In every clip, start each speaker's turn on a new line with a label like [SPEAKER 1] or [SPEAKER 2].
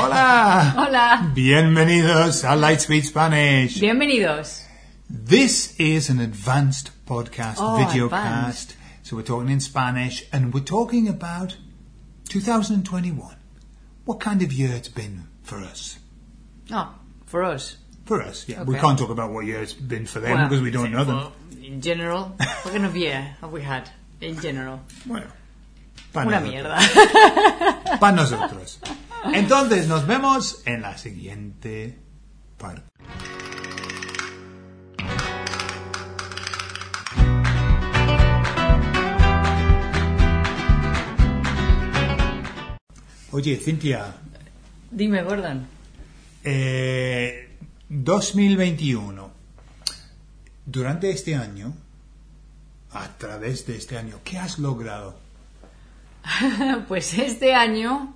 [SPEAKER 1] Hola!
[SPEAKER 2] Hola.
[SPEAKER 1] Bienvenidos a Lightspeed Spanish.
[SPEAKER 2] Bienvenidos.
[SPEAKER 1] This is an advanced podcast,
[SPEAKER 2] Oh,
[SPEAKER 1] videocast.
[SPEAKER 2] advanced.
[SPEAKER 1] So we're talking in Spanish and we're talking about 2021. What kind of year it's been for us.
[SPEAKER 2] Oh, for us.
[SPEAKER 1] For us, yeah. We
[SPEAKER 2] Okay.
[SPEAKER 1] can't talk about what year it's been for them
[SPEAKER 2] Well,
[SPEAKER 1] because we don't know them.
[SPEAKER 2] well, in general, eh, what kind of year have we had? In general.
[SPEAKER 1] Bueno. Para
[SPEAKER 2] Una
[SPEAKER 1] nosotros.
[SPEAKER 2] mierda.
[SPEAKER 1] Para nosotros. Entonces nos vemos en la siguiente parte. Oye, Cintia,
[SPEAKER 2] Dime, Gordon.
[SPEAKER 1] eh, 2021. Durante este año, a través de este año, ¿qué has logrado?
[SPEAKER 2] Pues este año...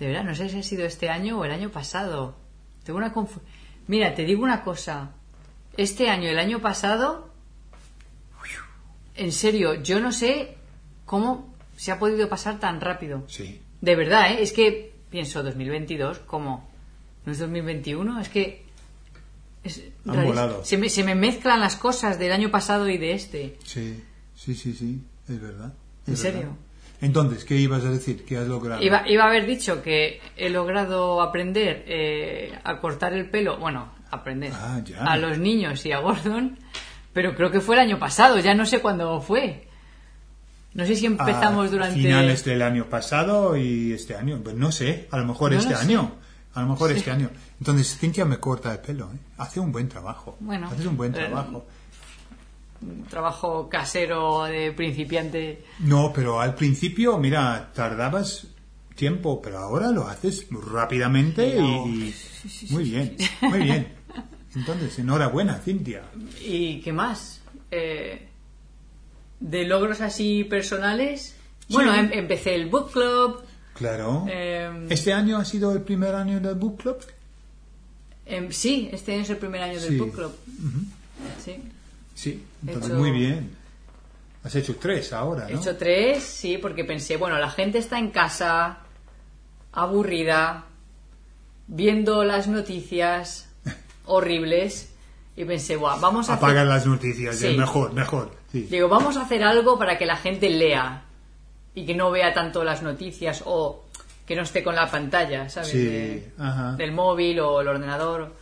[SPEAKER 2] De verdad, no sé si ha sido este año o el año pasado. Tengo una confu- Mira, te digo una cosa. Este año, el año pasado... En serio, yo no sé cómo se ha podido pasar tan rápido.
[SPEAKER 1] Sí.
[SPEAKER 2] De verdad, ¿eh? es que pienso 2022 como no es 2021, es que es
[SPEAKER 1] Han
[SPEAKER 2] rarísimo.
[SPEAKER 1] volado.
[SPEAKER 2] Se, me, se me mezclan las cosas del año pasado y de este.
[SPEAKER 1] Sí, sí, sí, sí, es verdad.
[SPEAKER 2] ¿En
[SPEAKER 1] es verdad.
[SPEAKER 2] serio?
[SPEAKER 1] Entonces, ¿qué ibas a decir? ¿Qué has logrado?
[SPEAKER 2] Iba, iba a haber dicho que he logrado aprender eh, a cortar el pelo, bueno, aprender
[SPEAKER 1] Ah, ya.
[SPEAKER 2] a los niños y a Gordon, pero creo que fue el año pasado, ya no sé cuándo fue. No sé si
[SPEAKER 1] Ah, A
[SPEAKER 2] empezamos durante
[SPEAKER 1] Finales del año pasado y este año. Pues no sé, a lo mejor
[SPEAKER 2] No lo
[SPEAKER 1] este
[SPEAKER 2] sé.
[SPEAKER 1] año. A lo mejor este año. Entonces, Cintia me corta el pelo. ¿eh? Hace un buen trabajo.
[SPEAKER 2] Bueno,
[SPEAKER 1] Haces un buen
[SPEAKER 2] eh,
[SPEAKER 1] trabajo.
[SPEAKER 2] un trabajo casero de principiante.
[SPEAKER 1] No, pero al principio, mira, tardabas tiempo, pero ahora lo haces rápidamente
[SPEAKER 2] No.
[SPEAKER 1] y... y- Muy bien, muy bien. Entonces, enhorabuena, Cintia.
[SPEAKER 2] ¿Y qué más? Eh, de logros así personales. Bueno, em- empecé el book club.
[SPEAKER 1] Claro.
[SPEAKER 2] em,
[SPEAKER 1] ¿Este año ha sido el primer año del book club?
[SPEAKER 2] em, sí, este año es el primer año
[SPEAKER 1] Sí.
[SPEAKER 2] del book club. Sí.
[SPEAKER 1] Sí, entonces
[SPEAKER 2] hecho-
[SPEAKER 1] muy bien. Has hecho tres ahora,
[SPEAKER 2] He
[SPEAKER 1] ¿no?
[SPEAKER 2] hecho tres, sí, porque pensé, bueno, la gente está en casa, aburrida, viendo las noticias horribles. Y pensé, "Buah, vamos a hacer
[SPEAKER 1] Apagar las noticias,
[SPEAKER 2] Sí.
[SPEAKER 1] es mejor, mejor. Sí.
[SPEAKER 2] Digo, vamos a hacer algo para que la gente lea y que no vea tanto las noticias o que no esté con la pantalla, ¿sabes?
[SPEAKER 1] Sí,
[SPEAKER 2] De-
[SPEAKER 1] ajá.
[SPEAKER 2] Del móvil o el ordenador.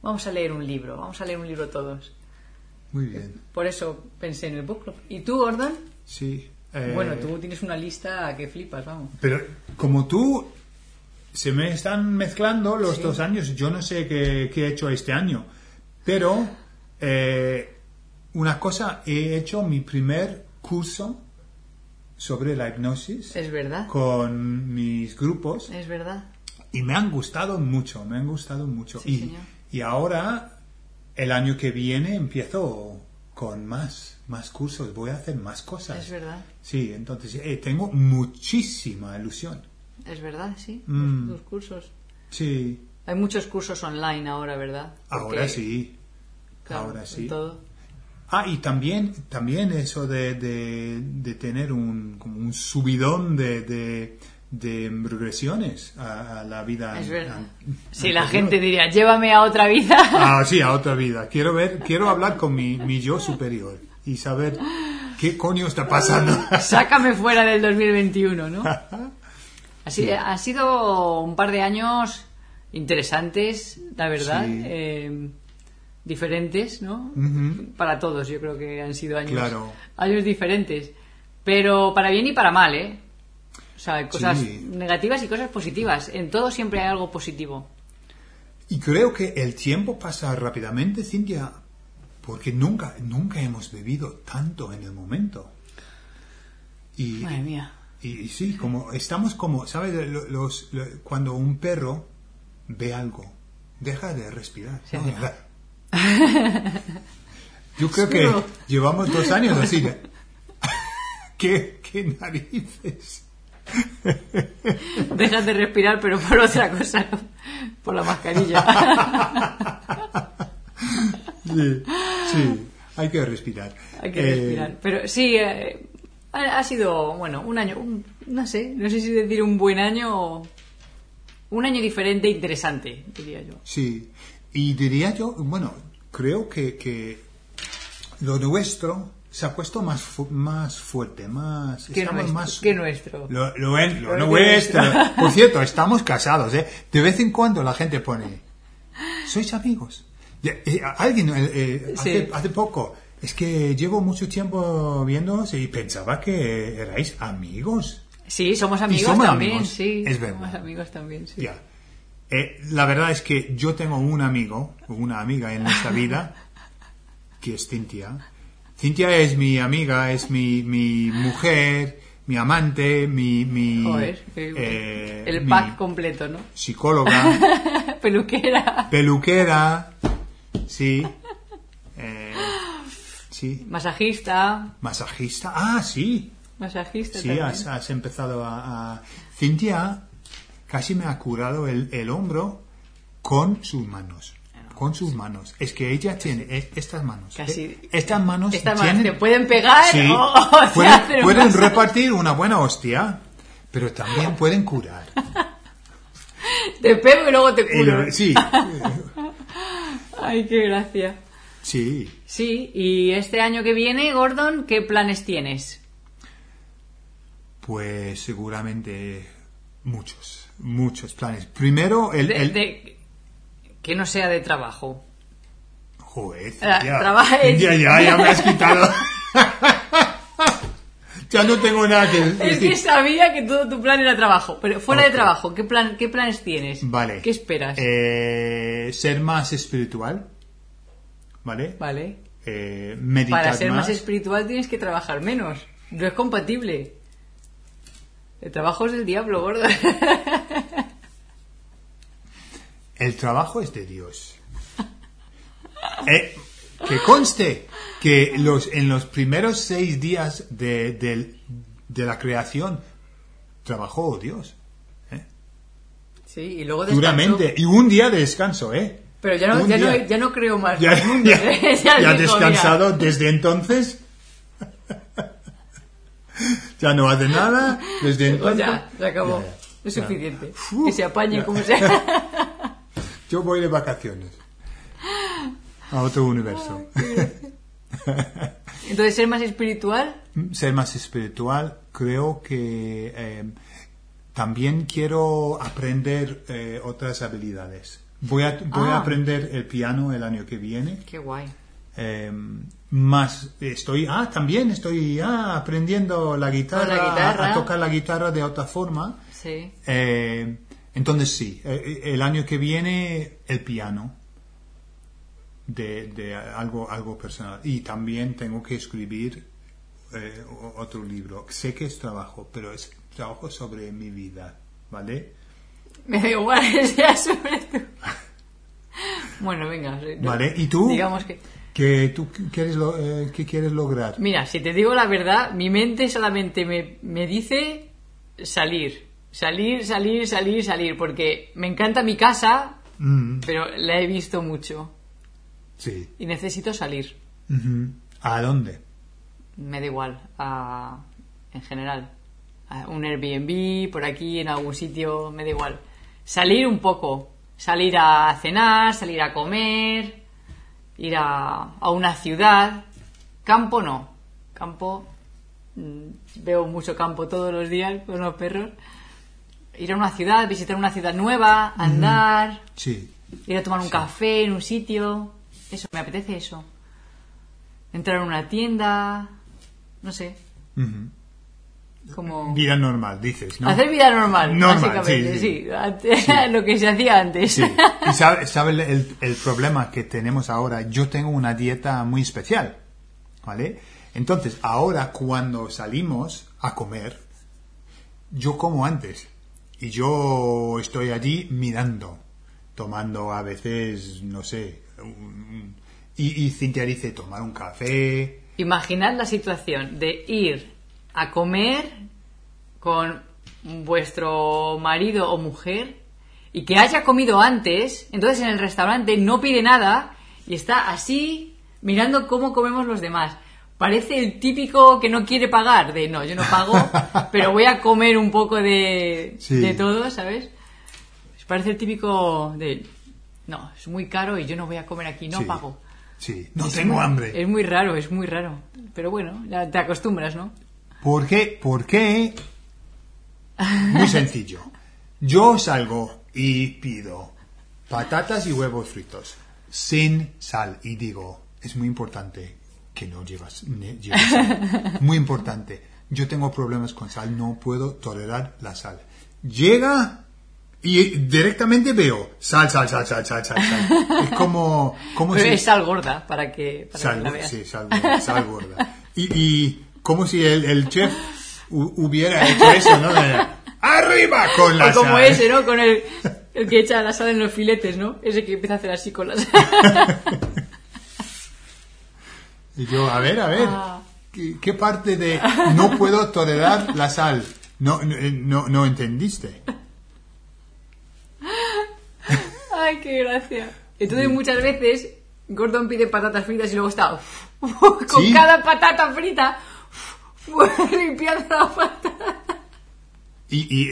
[SPEAKER 2] Vamos a leer un libro, vamos a leer un libro todos.
[SPEAKER 1] Muy bien,
[SPEAKER 2] Por eso pensé en el book club. ¿Y tú, Gordon?
[SPEAKER 1] sí. eh,
[SPEAKER 2] Bueno, tú tienes una lista que flipas, vamos.
[SPEAKER 1] Pero como tú, se me están mezclando los
[SPEAKER 2] Sí.
[SPEAKER 1] dos años. Yo no sé qué, qué he hecho este año. Pero eh, una cosa, he hecho mi primer curso sobre la hipnosis
[SPEAKER 2] Es verdad,
[SPEAKER 1] con mis grupos.
[SPEAKER 2] es verdad.
[SPEAKER 1] Y me han gustado mucho, me han gustado mucho.
[SPEAKER 2] Sí,
[SPEAKER 1] y,
[SPEAKER 2] señor.
[SPEAKER 1] y ahora, el año que viene, empiezo con más, más cursos, voy a hacer más cosas.
[SPEAKER 2] Es verdad,
[SPEAKER 1] Sí, entonces eh, tengo muchísima ilusión.
[SPEAKER 2] es verdad, sí.
[SPEAKER 1] Mm.
[SPEAKER 2] Los cursos.
[SPEAKER 1] Sí,
[SPEAKER 2] Hay muchos cursos online ahora, ¿verdad?
[SPEAKER 1] ahora
[SPEAKER 2] Porque,
[SPEAKER 1] sí.
[SPEAKER 2] claro,
[SPEAKER 1] ahora sí.
[SPEAKER 2] todo.
[SPEAKER 1] Ah, y también, también eso de, de, de tener un, como un subidón de, de, de regresiones a, a la vida.
[SPEAKER 2] Es verdad.
[SPEAKER 1] an-
[SPEAKER 2] Sí, la
[SPEAKER 1] anterior.
[SPEAKER 2] gente diría, llévame a otra vida.
[SPEAKER 1] Ah, sí, a otra vida. Quiero ver, quiero hablar con mi, mi yo superior y saber qué coño está pasando.
[SPEAKER 2] Sácame fuera del 2021, ¿no? Así, ha sido un par de años interesantes, la verdad.
[SPEAKER 1] Sí.
[SPEAKER 2] eh, diferentes, ¿no?
[SPEAKER 1] Ujú.
[SPEAKER 2] Para todos, yo creo que han sido años,
[SPEAKER 1] Claro.
[SPEAKER 2] años diferentes. Pero para bien y para mal, ¿eh? O sea, hay cosas
[SPEAKER 1] Sí.
[SPEAKER 2] negativas y cosas positivas. En todo siempre hay algo positivo.
[SPEAKER 1] Y creo que el tiempo pasa rápidamente, Cintia, porque nunca, nunca hemos vivido tanto en el momento. Y,
[SPEAKER 2] Madre mía.
[SPEAKER 1] y, y sí, como estamos como, ¿sabes? Lo- Los, lo- cuando un perro ve algo, deja de respirar.
[SPEAKER 2] Sí,
[SPEAKER 1] ¿no?
[SPEAKER 2] sí.
[SPEAKER 1] Yo creo que
[SPEAKER 2] Seguro.
[SPEAKER 1] llevamos dos años así. de- ¿Qué, qué narices?
[SPEAKER 2] Dejas de respirar, pero por otra cosa, no por la mascarilla.
[SPEAKER 1] Sí, sí, hay que respirar.
[SPEAKER 2] Hay que
[SPEAKER 1] Eh,
[SPEAKER 2] respirar. Pero sí, eh, ha, ha sido, bueno, un año, un- no sé, no sé si decir un buen año o Un año diferente, e interesante, diría yo.
[SPEAKER 1] Sí, y diría yo, bueno, creo que, que lo nuestro se ha puesto más, fu- más fuerte, más...
[SPEAKER 2] Que
[SPEAKER 1] estamos
[SPEAKER 2] nuestro.
[SPEAKER 1] más
[SPEAKER 2] que nuestro.
[SPEAKER 1] Lo, lo es- lo
[SPEAKER 2] Lo
[SPEAKER 1] nuestro.
[SPEAKER 2] nuestro.
[SPEAKER 1] Por cierto, estamos casados, ¿eh? De vez en cuando la gente pone, sois amigos. Y- y alguien eh, eh, hace,
[SPEAKER 2] Sí.
[SPEAKER 1] hace poco, es que llevo mucho tiempo viéndoos y pensaba que erais amigos.
[SPEAKER 2] Sí, somos amigos
[SPEAKER 1] somos
[SPEAKER 2] también,
[SPEAKER 1] amigos,
[SPEAKER 2] sí.
[SPEAKER 1] es verdad.
[SPEAKER 2] Somos amigos también, sí.
[SPEAKER 1] Ya. Eh, la verdad es que yo tengo un amigo, o una amiga en esta vida, que es Cintia. Cintia es mi amiga, es mi, mi mujer, mi amante, mi... mi
[SPEAKER 2] Joder, qué-
[SPEAKER 1] eh,
[SPEAKER 2] el
[SPEAKER 1] mi Ah.
[SPEAKER 2] pack completo, ¿no?
[SPEAKER 1] Psicóloga.
[SPEAKER 2] Peluquera,
[SPEAKER 1] peluquera, sí, eh, sí,
[SPEAKER 2] masajista,
[SPEAKER 1] masajista, ah, sí,
[SPEAKER 2] masajista
[SPEAKER 1] sí,
[SPEAKER 2] también.
[SPEAKER 1] has, has empezado a, a- Cintia casi me ha curado el, el hombro con sus manos, con sus manos, es que ella tiene e- estas manos,
[SPEAKER 2] Casi-
[SPEAKER 1] eh, estas manos
[SPEAKER 2] Estas manos
[SPEAKER 1] tienen,
[SPEAKER 2] te pueden pegar
[SPEAKER 1] sí,
[SPEAKER 2] oh, o, o te
[SPEAKER 1] pueden,
[SPEAKER 2] hacen un
[SPEAKER 1] pueden
[SPEAKER 2] masaje.
[SPEAKER 1] repartir una buena hostia, pero también pueden curar.
[SPEAKER 2] Te pego y luego te
[SPEAKER 1] Y
[SPEAKER 2] curo.
[SPEAKER 1] lo- Eh, sí,
[SPEAKER 2] Ay, qué gracia.
[SPEAKER 1] sí.
[SPEAKER 2] Sí, y este año que viene, Gordon, ¿qué planes tienes?
[SPEAKER 1] Pues seguramente muchos, muchos planes. Primero, el...
[SPEAKER 2] De-
[SPEAKER 1] el-
[SPEAKER 2] de- que no sea de trabajo.
[SPEAKER 1] Joder,
[SPEAKER 2] Ah,
[SPEAKER 1] ya.
[SPEAKER 2] trabaja en-
[SPEAKER 1] ya, ya, ya me has quitado. ya no tengo nada que
[SPEAKER 2] Es
[SPEAKER 1] decir.
[SPEAKER 2] que sabía que todo tu plan era trabajo, pero fuera
[SPEAKER 1] Ok.
[SPEAKER 2] de trabajo, ¿qué, plan, ¿qué planes tienes?
[SPEAKER 1] Vale.
[SPEAKER 2] ¿Qué esperas?
[SPEAKER 1] Eh, ser más espiritual, ¿vale?
[SPEAKER 2] vale.
[SPEAKER 1] Eh, meditar
[SPEAKER 2] Para ser más espiritual tienes que trabajar menos. No es compatible. El trabajo es del diablo, gordo.
[SPEAKER 1] El trabajo es de Dios. Eh, que conste que los, en los primeros seis días de, del- de la creación trabajó Dios.
[SPEAKER 2] Sí, y luego descansó.
[SPEAKER 1] Duramente. Y un día de descanso, ¿eh?
[SPEAKER 2] Pero ya no,
[SPEAKER 1] Un
[SPEAKER 2] ya, no,
[SPEAKER 1] día.
[SPEAKER 2] ya no creo más.
[SPEAKER 1] Ya,
[SPEAKER 2] en el mundo,
[SPEAKER 1] ya-
[SPEAKER 2] ¿eh?
[SPEAKER 1] ya ha
[SPEAKER 2] dijo, mira,
[SPEAKER 1] descansado desde entonces. ya no hace nada. Desde
[SPEAKER 2] pues
[SPEAKER 1] entonces.
[SPEAKER 2] ya, se acabó.
[SPEAKER 1] Ya, ya.
[SPEAKER 2] Es
[SPEAKER 1] Ya.
[SPEAKER 2] suficiente.
[SPEAKER 1] Uf,
[SPEAKER 2] que se apañe
[SPEAKER 1] ya.
[SPEAKER 2] como sea.
[SPEAKER 1] Yo voy de vacaciones. A otro universo.
[SPEAKER 2] Entonces, ser más espiritual.
[SPEAKER 1] ser más espiritual, creo que eh, también quiero aprender eh, otras habilidades. Voy, a, voy a
[SPEAKER 2] Ah.
[SPEAKER 1] aprender el piano el año que viene.
[SPEAKER 2] Qué guay.
[SPEAKER 1] eh, más estoy, ah, también estoy ah, aprendiendo la guitarra, a-
[SPEAKER 2] guitarra.
[SPEAKER 1] a tocar la guitarra de otra forma.
[SPEAKER 2] Sí.
[SPEAKER 1] Eh, entonces sí, eh, eh, el año que viene el piano de, de algo, algo personal. Y también tengo que escribir eh, o- otro libro. Sé que es trabajo, pero es trabajo sobre mi vida, ¿vale?
[SPEAKER 2] Me da igual que sea sobre tú. Bueno, venga. sí, no.
[SPEAKER 1] Vale, ¿y tú?
[SPEAKER 2] Digamos que.
[SPEAKER 1] ¿Qué tú quieres, lo- eh, qué quieres lograr?
[SPEAKER 2] Mira, si te digo la verdad, mi mente solamente me, me dice salir. Salir, salir, salir, salir. Porque me encanta mi casa,
[SPEAKER 1] Mm,
[SPEAKER 2] pero la he visto mucho.
[SPEAKER 1] sí.
[SPEAKER 2] Y necesito salir.
[SPEAKER 1] Ujú. ¿A dónde?
[SPEAKER 2] Me da igual. a- en general. A un Airbnb, por aquí, en algún sitio, me da igual. Salir un poco. Salir a cenar, salir a comer, ir a, a una ciudad. Campo no. Campo. mm, Veo mucho campo todos los días con los perros. Ir a una ciudad, visitar una ciudad nueva, andar.
[SPEAKER 1] Sí.
[SPEAKER 2] Ir a tomar un café en un sitio. Eso, me apetece eso. Entrar en una tienda. No sé.
[SPEAKER 1] Ujú.
[SPEAKER 2] Como.
[SPEAKER 1] Vida normal, dices, ¿no?
[SPEAKER 2] Hacer vida normal,
[SPEAKER 1] Normal,
[SPEAKER 2] básicamente,
[SPEAKER 1] sí, sí.
[SPEAKER 2] sí. Antes- Lo que se hacía antes.
[SPEAKER 1] Sí. Y sabes el, el problema que tenemos ahora. Yo tengo una dieta muy especial, ¿vale? Entonces, ahora cuando salimos a comer, yo como antes. Y yo estoy allí mirando, tomando a veces, no sé. un- y, y Cintia dice tomar un café.
[SPEAKER 2] Imaginad la situación de ir a comer con vuestro marido o mujer y que haya comido antes, entonces en el restaurante no pide nada y está así mirando cómo comemos los demás. Parece el típico que no quiere pagar, de no, yo no pago, pero voy a comer un poco de,
[SPEAKER 1] Sí.
[SPEAKER 2] de todo, ¿sabes? Parece el típico de, no, es muy caro y yo no voy a comer aquí, no
[SPEAKER 1] Sí.
[SPEAKER 2] pago.
[SPEAKER 1] Sí, no
[SPEAKER 2] Es
[SPEAKER 1] tengo
[SPEAKER 2] muy-
[SPEAKER 1] hambre.
[SPEAKER 2] Es muy raro, es muy raro. Pero bueno, ya te acostumbras, ¿no?
[SPEAKER 1] ¿Por qué? ¿Por qué? Muy sencillo. Yo salgo y pido patatas y huevos fritos sin sal y digo, es muy importante que no llevas, ne- lleves sal. Muy importante. Yo tengo problemas con sal, no puedo tolerar la sal. Llega y directamente veo sal, sal, sal, sal, sal, sal. sal. Es como, como
[SPEAKER 2] Pero
[SPEAKER 1] si-
[SPEAKER 2] es sal gorda para que, para que
[SPEAKER 1] Sal,
[SPEAKER 2] la veas.
[SPEAKER 1] Pues sí, sal gorda. sal gorda. Y, y como si el, el chef hu- hubiera hecho eso, ¿no? De, ¡Arriba con la
[SPEAKER 2] O como
[SPEAKER 1] sal!
[SPEAKER 2] ese, ¿no? Con el, el que echa la sal en los filetes, ¿no? Ese que empieza a hacer así con la sal.
[SPEAKER 1] Y yo, a ver, a ver,
[SPEAKER 2] Ah.
[SPEAKER 1] ¿qué, qué parte de no puedo tolerar la sal? No, no, no, no entendiste.
[SPEAKER 2] Ay, qué gracia. Entonces muchas veces Gordon pide patatas fritas y luego está uf, uf, con
[SPEAKER 1] Sí.
[SPEAKER 2] cada patata frita uf, uf, limpiando la patata.
[SPEAKER 1] Y, y,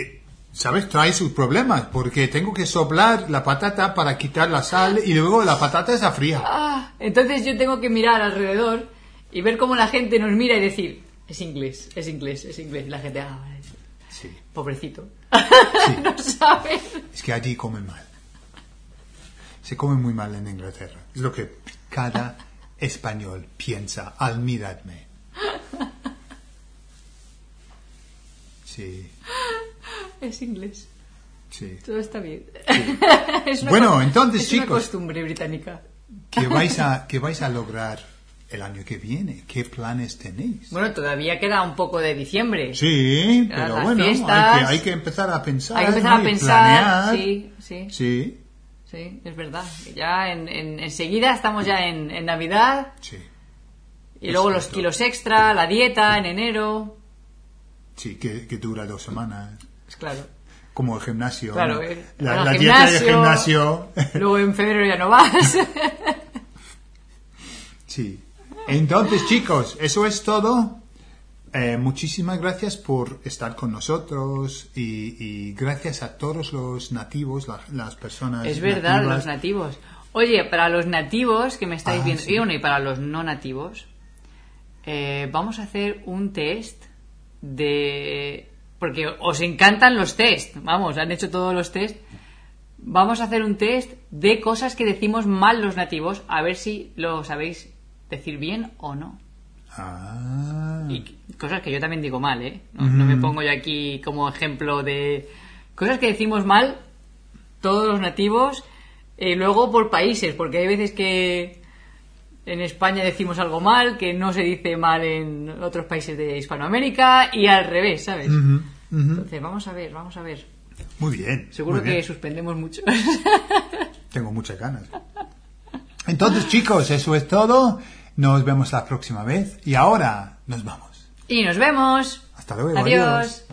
[SPEAKER 1] ¿sabes? Trae sus problemas, porque tengo que soplar la patata para quitar la sal y luego la patata está fría.
[SPEAKER 2] Ah, entonces yo tengo que mirar alrededor y ver cómo la gente nos mira y decir, es inglés, es inglés, es inglés. Y la gente, ah, vale,
[SPEAKER 1] Sí,
[SPEAKER 2] pobrecito.
[SPEAKER 1] sí.
[SPEAKER 2] No sabes.
[SPEAKER 1] Es que allí comen mal. Se come muy mal en Inglaterra. Es lo que cada español piensa al mirarme. Sí,
[SPEAKER 2] Es inglés.
[SPEAKER 1] sí.
[SPEAKER 2] Todo está bien. Es una
[SPEAKER 1] Bueno,
[SPEAKER 2] co-
[SPEAKER 1] entonces,
[SPEAKER 2] es Una
[SPEAKER 1] chicos.
[SPEAKER 2] costumbre británica.
[SPEAKER 1] ¿Qué vais, a, ¿Qué vais a lograr el año que viene? ¿Qué planes tenéis?
[SPEAKER 2] Bueno, todavía queda un poco de diciembre.
[SPEAKER 1] Sí,
[SPEAKER 2] Las
[SPEAKER 1] pero bueno, hay que,
[SPEAKER 2] fiestas.
[SPEAKER 1] hay que empezar a pensar.
[SPEAKER 2] Hay que empezar
[SPEAKER 1] ¿no?
[SPEAKER 2] a
[SPEAKER 1] y
[SPEAKER 2] pensar.
[SPEAKER 1] planear.
[SPEAKER 2] Sí, sí,
[SPEAKER 1] Sí,
[SPEAKER 2] sí, es verdad. Ya en, en- enseguida estamos ya en, en Navidad
[SPEAKER 1] sí,
[SPEAKER 2] y luego los
[SPEAKER 1] Exacto.
[SPEAKER 2] kilos extra, la dieta en enero.
[SPEAKER 1] sí, que, que dura dos semanas.
[SPEAKER 2] Pues claro.
[SPEAKER 1] Como el gimnasio.
[SPEAKER 2] Claro,
[SPEAKER 1] ¿no?
[SPEAKER 2] eh,
[SPEAKER 1] la,
[SPEAKER 2] bueno,
[SPEAKER 1] la dieta del
[SPEAKER 2] gimnasio.
[SPEAKER 1] gimnasio.
[SPEAKER 2] Luego en febrero ya no vas.
[SPEAKER 1] Sí. Entonces, chicos, eso es todo. Eh, muchísimas gracias por estar con nosotros y, y gracias a todos los nativos, la- las personas.
[SPEAKER 2] es verdad,
[SPEAKER 1] nativas.
[SPEAKER 2] los nativos. Oye, para los nativos que me estáis
[SPEAKER 1] Ah,
[SPEAKER 2] viendo,
[SPEAKER 1] sí.
[SPEAKER 2] y bueno, y para los no nativos, eh, vamos a hacer un test de... Porque os encantan los test, vamos, han hecho todos los test. Vamos a hacer un test de cosas que decimos mal los nativos, a ver si lo sabéis decir bien o no.
[SPEAKER 1] Ah,
[SPEAKER 2] Y c- cosas que yo también digo mal, ¿eh? No, no
[SPEAKER 1] Mm.
[SPEAKER 2] me pongo yo aquí como ejemplo de cosas que decimos mal todos los nativos y luego por países, porque hay veces que en España decimos algo mal, que no se dice mal en otros países de Hispanoamérica y al revés, ¿sabes?
[SPEAKER 1] ujú, ujú.
[SPEAKER 2] Entonces, vamos a ver, vamos a ver.
[SPEAKER 1] Muy bien.
[SPEAKER 2] Seguro
[SPEAKER 1] muy bien.
[SPEAKER 2] que suspendemos mucho.
[SPEAKER 1] Tengo muchas ganas. Entonces, chicos, eso es todo. Nos vemos la próxima vez. Y ahora nos vamos.
[SPEAKER 2] y nos vemos.
[SPEAKER 1] Hasta luego.
[SPEAKER 2] Adiós.